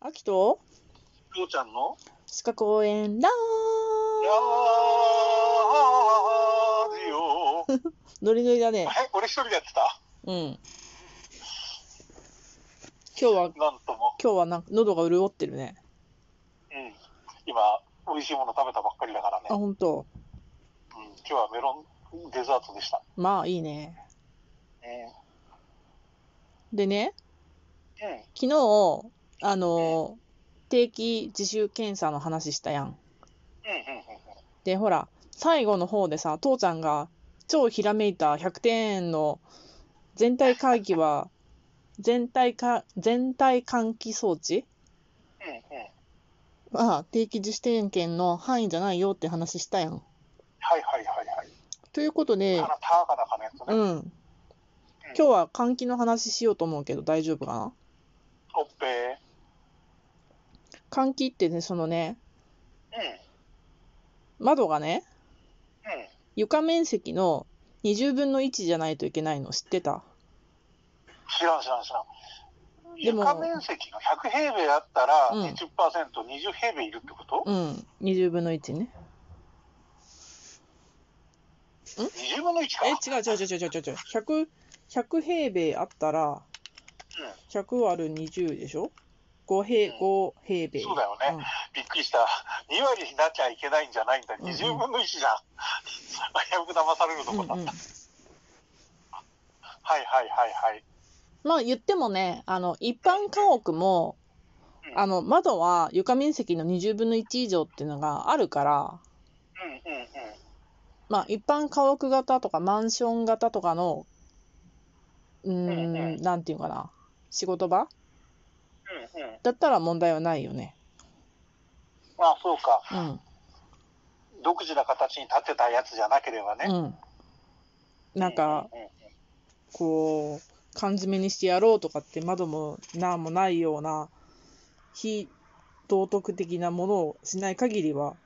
アキトりょうちゃんのシカ公園だーラ ジオ。ノリノリだね。え、俺一人でやってた。うん。今日は、なんとも。今日はなんか喉が潤ってるね。うん。今、美味しいもの食べたばっかりだからあ、ね。ほんと。うん、今日はメロンデザートでした。まあいいね。うでね、ん。うん。昨日、あのー定期自主検査の話したやん。うんうんうんで、ほら、最後の方でさ、父ちゃんが超ひらめいた100点の全体回帰は、全体か、全体換気装置うんうんうん。は定期自主点検の範囲じゃないよって話したやん。はいはいはいはい。ということでか、なたかなかのやつうね。ん。今日は換気の話しようと思うけど大丈夫かなおっぺ換気ってね、そのね、ー。うん窓がね、うん。床面積の20分の1じゃないといけないの知ってた知らん知らん知らん。でも床面積の100平米あったらうん20%、20平米いるってこと、うん、20分の1ね。 ?20 分の1か。え、違う違う違う違う違う違う。100、100平米あったら、100割る20でしょ ?5 平、5平米。そうだよねびっくりした。2割になっちゃいけないんじゃないんだ。うんうん20分の1じゃん。危うく騙されるとこだ。うんうんうんはいはいはいはい。まあ言ってもね、あの一般家屋も、うんあの窓は床面積の20分の1以上っていうのがあるから、うんうんうん。まあ、一般家屋型とかマンション型とかの、うーうんん、うなんていうかな、仕事場うんうん。だったら問題はないよね。まあそうか。うん。独自な形に立てたやつじゃなければね。うん。なんか、うんうんうんこう、缶詰にしてやろうとかって窓もなんもないような、非道徳的なものをしない限りは、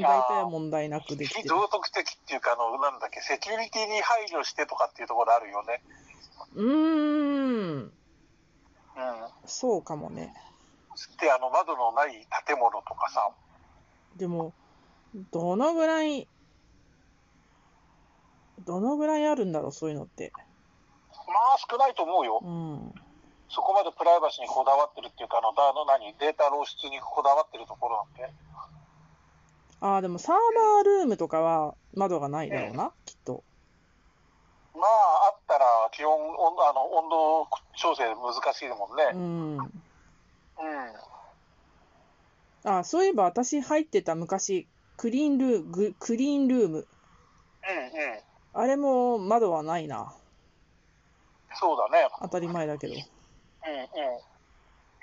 大やー体は問題なくできて非る。道徳的っていうか、あの、なんだっけ、セキュリティに配慮してとかっていうところあるよね。うーん、うん。そうかもね。で、あの、窓のない建物とかさ、でも、どのぐらい、どのぐらいあるんだろう、そういうのって。まあ少ないと思うよ。うん。そこまでプライバシーにこだわってるっていうか、あの、だの何、データ漏出にこだわってるところなんて。ああ、でもサーバールームとかは窓がないだろうな、きっと。まあ、あったら、気温、温度あの温度調整難しいもんうね。ん。うん。あーそういえば私入ってた昔、クリーンルーグ、クリーンルーム。うんうん。あれも窓はないな。そうだね。当たり前だけど。うんうん。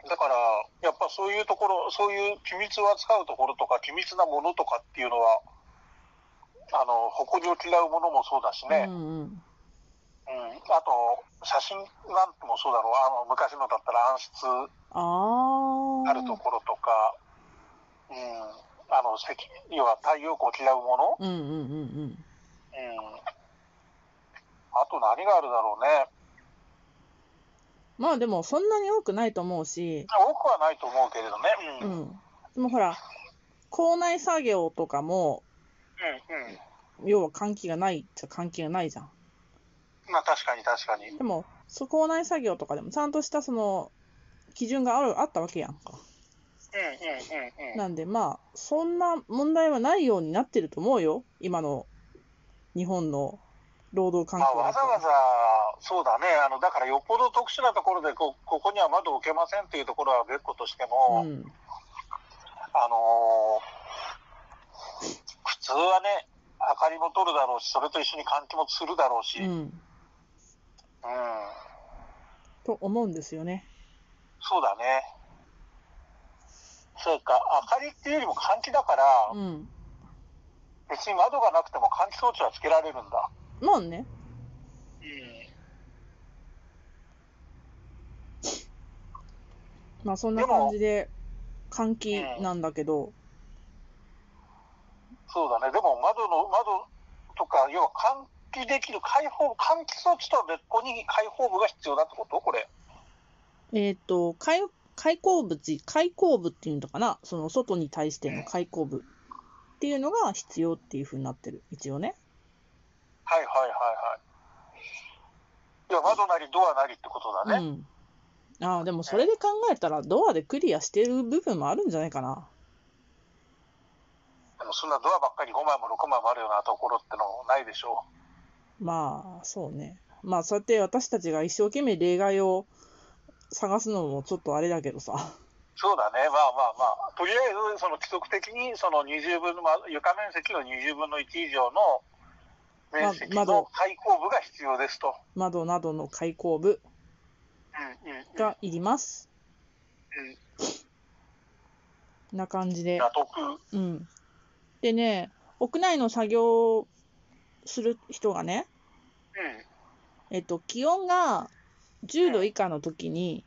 だから、やっぱそういうところ、そういう機密を扱うところとか、機密なものとかっていうのは、あの、誇りを嫌うものもそうだしうね。んうん。うん。あと、写真なんてもそうだろう。あの、昔のだったら暗室ああ。あるところとか、うん、あの、赤要は太陽光を嫌うもの、うんうんうんうん。うん、あと何があるだろうね。まあでもそんなに多くないと思うし、多くはないと思うけれどね。うう、んうん、うん。ん。でもほら、校内作業とかも、要は換気がないっちゃ換気がないじゃん。まあ確かに確かに。うん、でも、そ校内作業とかでもちゃんとしたその基準があるあったわけやんか。うん、うん、うん。なんでまあ、そんな問題はないようになってると思うよ。今の日本の労働環まあ境わだとざわざ、そうだね。あの、だからよっぽど特殊なところでこ、ここには窓を置けませんっていうところは別個としても、うん。あのー普通はね、明かりも取るだろうし、それと一緒に換気もするだろうし、ううん。ん。と思うんですよね。そうだね。そうか、明かりっていうよりも換気だから、うん。別に窓がなくても換気装置はつけられるんだ。まあね。まあそんな感じで換気なんだけど、そうだね、でも窓の、窓とか、要は換気できる開放、換気装置とは別個に開放部が必要だってことこれ。えっ、と、開開口部って、開口部っていうのかな、その外に対しての開口部っていうのが必要っていうふうになってる、一応ね。はいはいはいはい。いや、窓なりドアなりってことだね。うん。ああ、でもそれで考えたら、ドアでクリアしてる部分もあるんじゃないかな。でもそんなドアばっかり5枚も6枚もあるようなところってのもないでしょまあ、そうね。まあ、そうやって私たちが一生懸命例外を探すのもちょっとあれだけどさ。 う。そうだね。まあまあまあ。とりあえず、その規則的に、その20分の、まあ床面積の20分の1以上の面積ま窓の開口部が必要ですと。窓などの開口部うんうん。がいります。うんな感じで。納得。うん。でね、屋内の作業をする人がね、うん。うん。えっと、気温が10度以下の時に、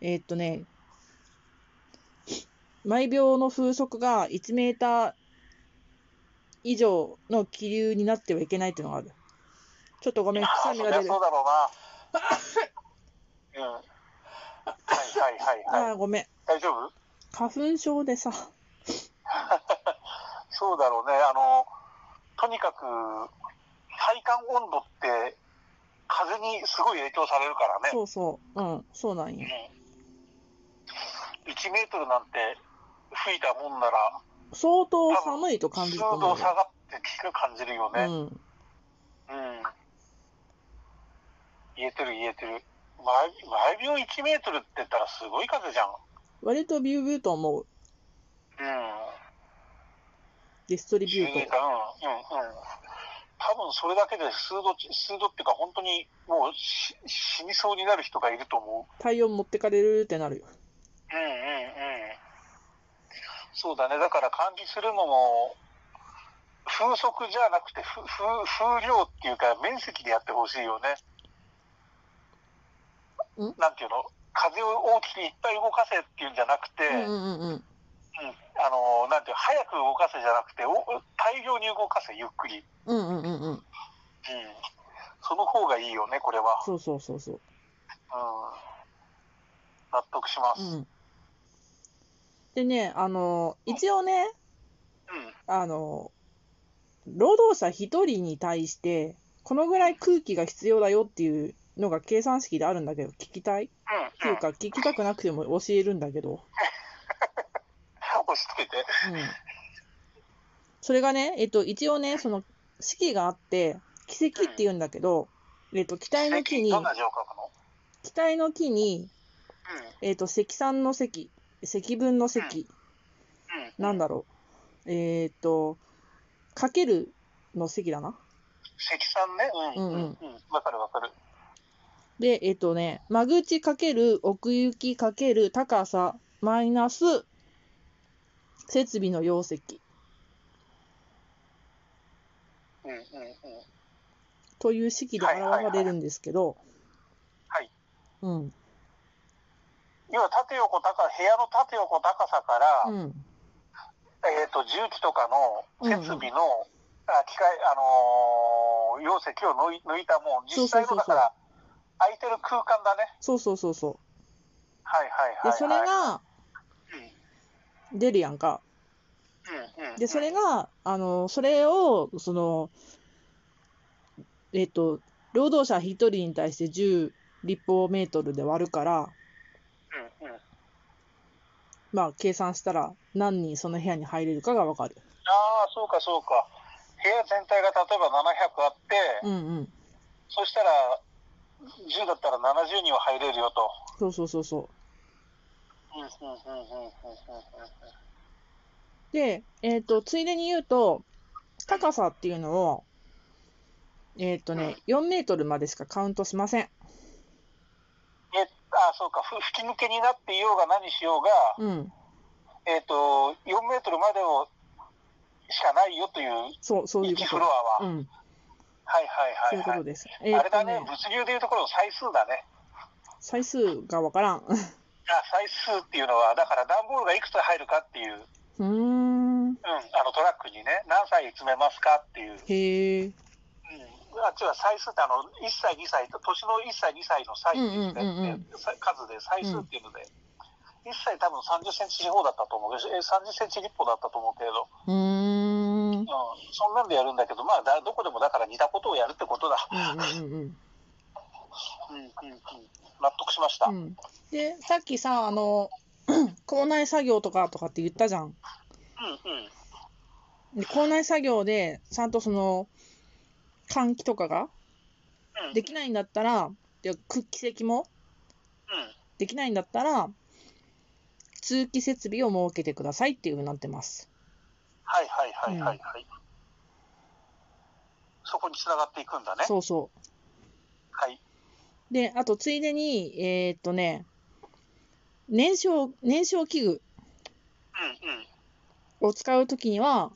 えっとね、毎秒の風速が1メーター以上の気流になってはいけないっていうのがある。ちょっとごめん、くあしゃあ、みそがりゃ出るそ。うだろうな。うん。はいはいはあいはい。ーごめん。大丈夫花粉症でさ、そうだろうね。あの、とにかく、体感温度って、風にすごい影響されるからね。そうそう、うん、そうなんよ。うん1メートルなんて吹いたもんなら、相当寒いと感じ数ると度思う下がって低く感じるよね。よ。うん。うん。言えてる言えてる。毎毎秒1メートルって言ったらすごい風じゃん。割とビュービューと思う。うん。ディストリビュ12ーか、うん、うん、うん。多分それだけで数度、数度っていうか、本当にもうし死にそうになる人がいると思う。と。体温持ってかれるってなるよ。うん、うん、うん。そうだね。だから管理するのも、風速じゃなくて風、風風量っていうか、面積でやってほしいよね。んなんていうの風を大きくいっぱい動かせっていうんじゃなくて、うんうんうんうん。うんあの、なんていう早く動かせじゃなくて、お大量に動かせ、ゆっくり。うんうんうんうん。うんその方がいいよね、これは。そうそうそうそう。うん、納得します。ううん。ん。でね、あの、一応ね、あの、労働者一人に対して、このぐらい空気が必要だよっていうのが計算式であるんだけど、聞きたいってういん、う。うんか、聞きたくなくても教えるんだけど。押し付けて。うんそれがね、えっと、一応ね、その、式があって、奇跡って言うんだけど、えっと、機体の木にどん、な字を書くの機体の木に、うん、えっと、積算の積、積分の積、うん。なんだろう。えっと、かけるの積だな。積算ね。うん、うんうんうん。わかるわかる。で、えっとね、間口かける奥行きかける高さマイナス設備の容積うん、うん、うん。という式で表されるんですけど、はい。うん、要は縦横高、部屋の縦横高さから、うん、えっ、と、重機とかの設備の、あ機械、あのー容積を抜い抜いたもん、実際のそうそうそうそうだから、空いてる空間だね。そうそうそうそはいはいはい、う。はで、い。それが出るやんか。うん、うん、うん。で、それが、あの、それを、その、えっと、労働者一人に対して10立方メートルで割るから、うん、うん。まあ、計算したら何人その部屋に入れるかがわかる。ああ、そうか、そうか。部屋全体が例えば700あって、うんうん。そしたら、10だったら70人は入れるよと。そうそうそうそう。うん、うん、うん、うん、うん、うん。で、えっ、と、ついでに言うと、高さっていうのを、えっ、とね、4メートルまでしかカウントしません。え、ああ、そうか。ふ吹き抜けになっていようが何しようが、うん。えっ、と、4メートルまでを、しかないよという、そう、そういう1こフロアは。と。うん。はいそはういうこと。いはい、はいです。あえれっ、とだね、ね、物流でいうところの歳数だね。歳数がわ からん。うあ、歳数っていうのは、だから段ボールがいくつ入るかっていう、うん、ーん。あのトラックにね、何歳詰めますかっていう。へえ。うんあっちは歳数ってあの1歳2歳と年の1歳2歳の歳っていう字で、うんうんうんうんさ数で歳数っていうので、1歳多分30センチ四方だったと思うけどえ30センチ立方だったと思うけれど、うーん。うんうん、そんなんでやるんだけどまあだどこでもだから似たことをやるってことだ、うんうんうん。うんうんうん、納得しました、うん、でさっきさあの 校内作業とかとかって言ったじゃんうんうんで校内作業でちゃんとその換気とかがうんできないんだったらで空気席もうんできないんだったら通気設備を設けてくださいっていうふうになってますはいはいはいはいはい、そこに繋がっていくんだねそうそはい、うであとついでにえーっとね燃焼燃焼器具うんうんを使うときには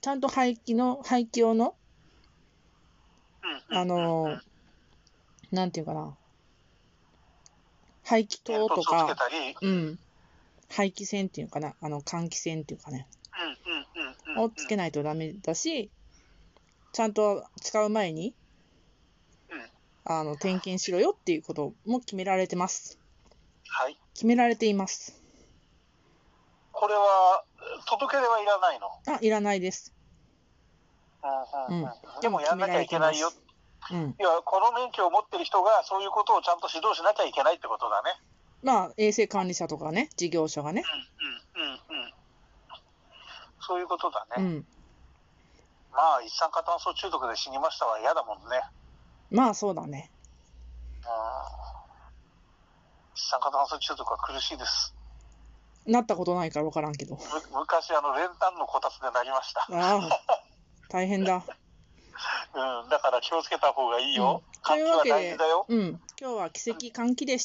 ちゃんと排気の排気用のうんうんあのーなんていうかな、排気煙筒と突をつけか、たり、うん、排気扇っていうかな、あの換気扇っていうかね、うんうんうんうん、をつけないとダメだし、ちゃんと使う前にうん、あの点検しろよっていうことも決められてます。はい。決められています。これは、届け出はいらないの。あ、いらないです。うんうんううんんでもやんなきゃいけないよ。うん。いや、この免許を持ってる人が、そういうことをちゃんと指導しなきゃいけないってことだね。まあ、衛生管理者とかね、事業者がね。うんうんうんうん。そういうことだうね。ん。まあ、一酸化炭素中毒で死にましたは嫌だもんね。まあ、そうだね。うん一酸化炭素中毒は苦しいです。なったことないから分からんけ ど。む昔、あの、練炭のこたつでなりました。ああ、大変だ。うん、だから気をつけた方がいいよ。うんと換い気うわはけで大事だよ。うん、今日は奇跡換気でした。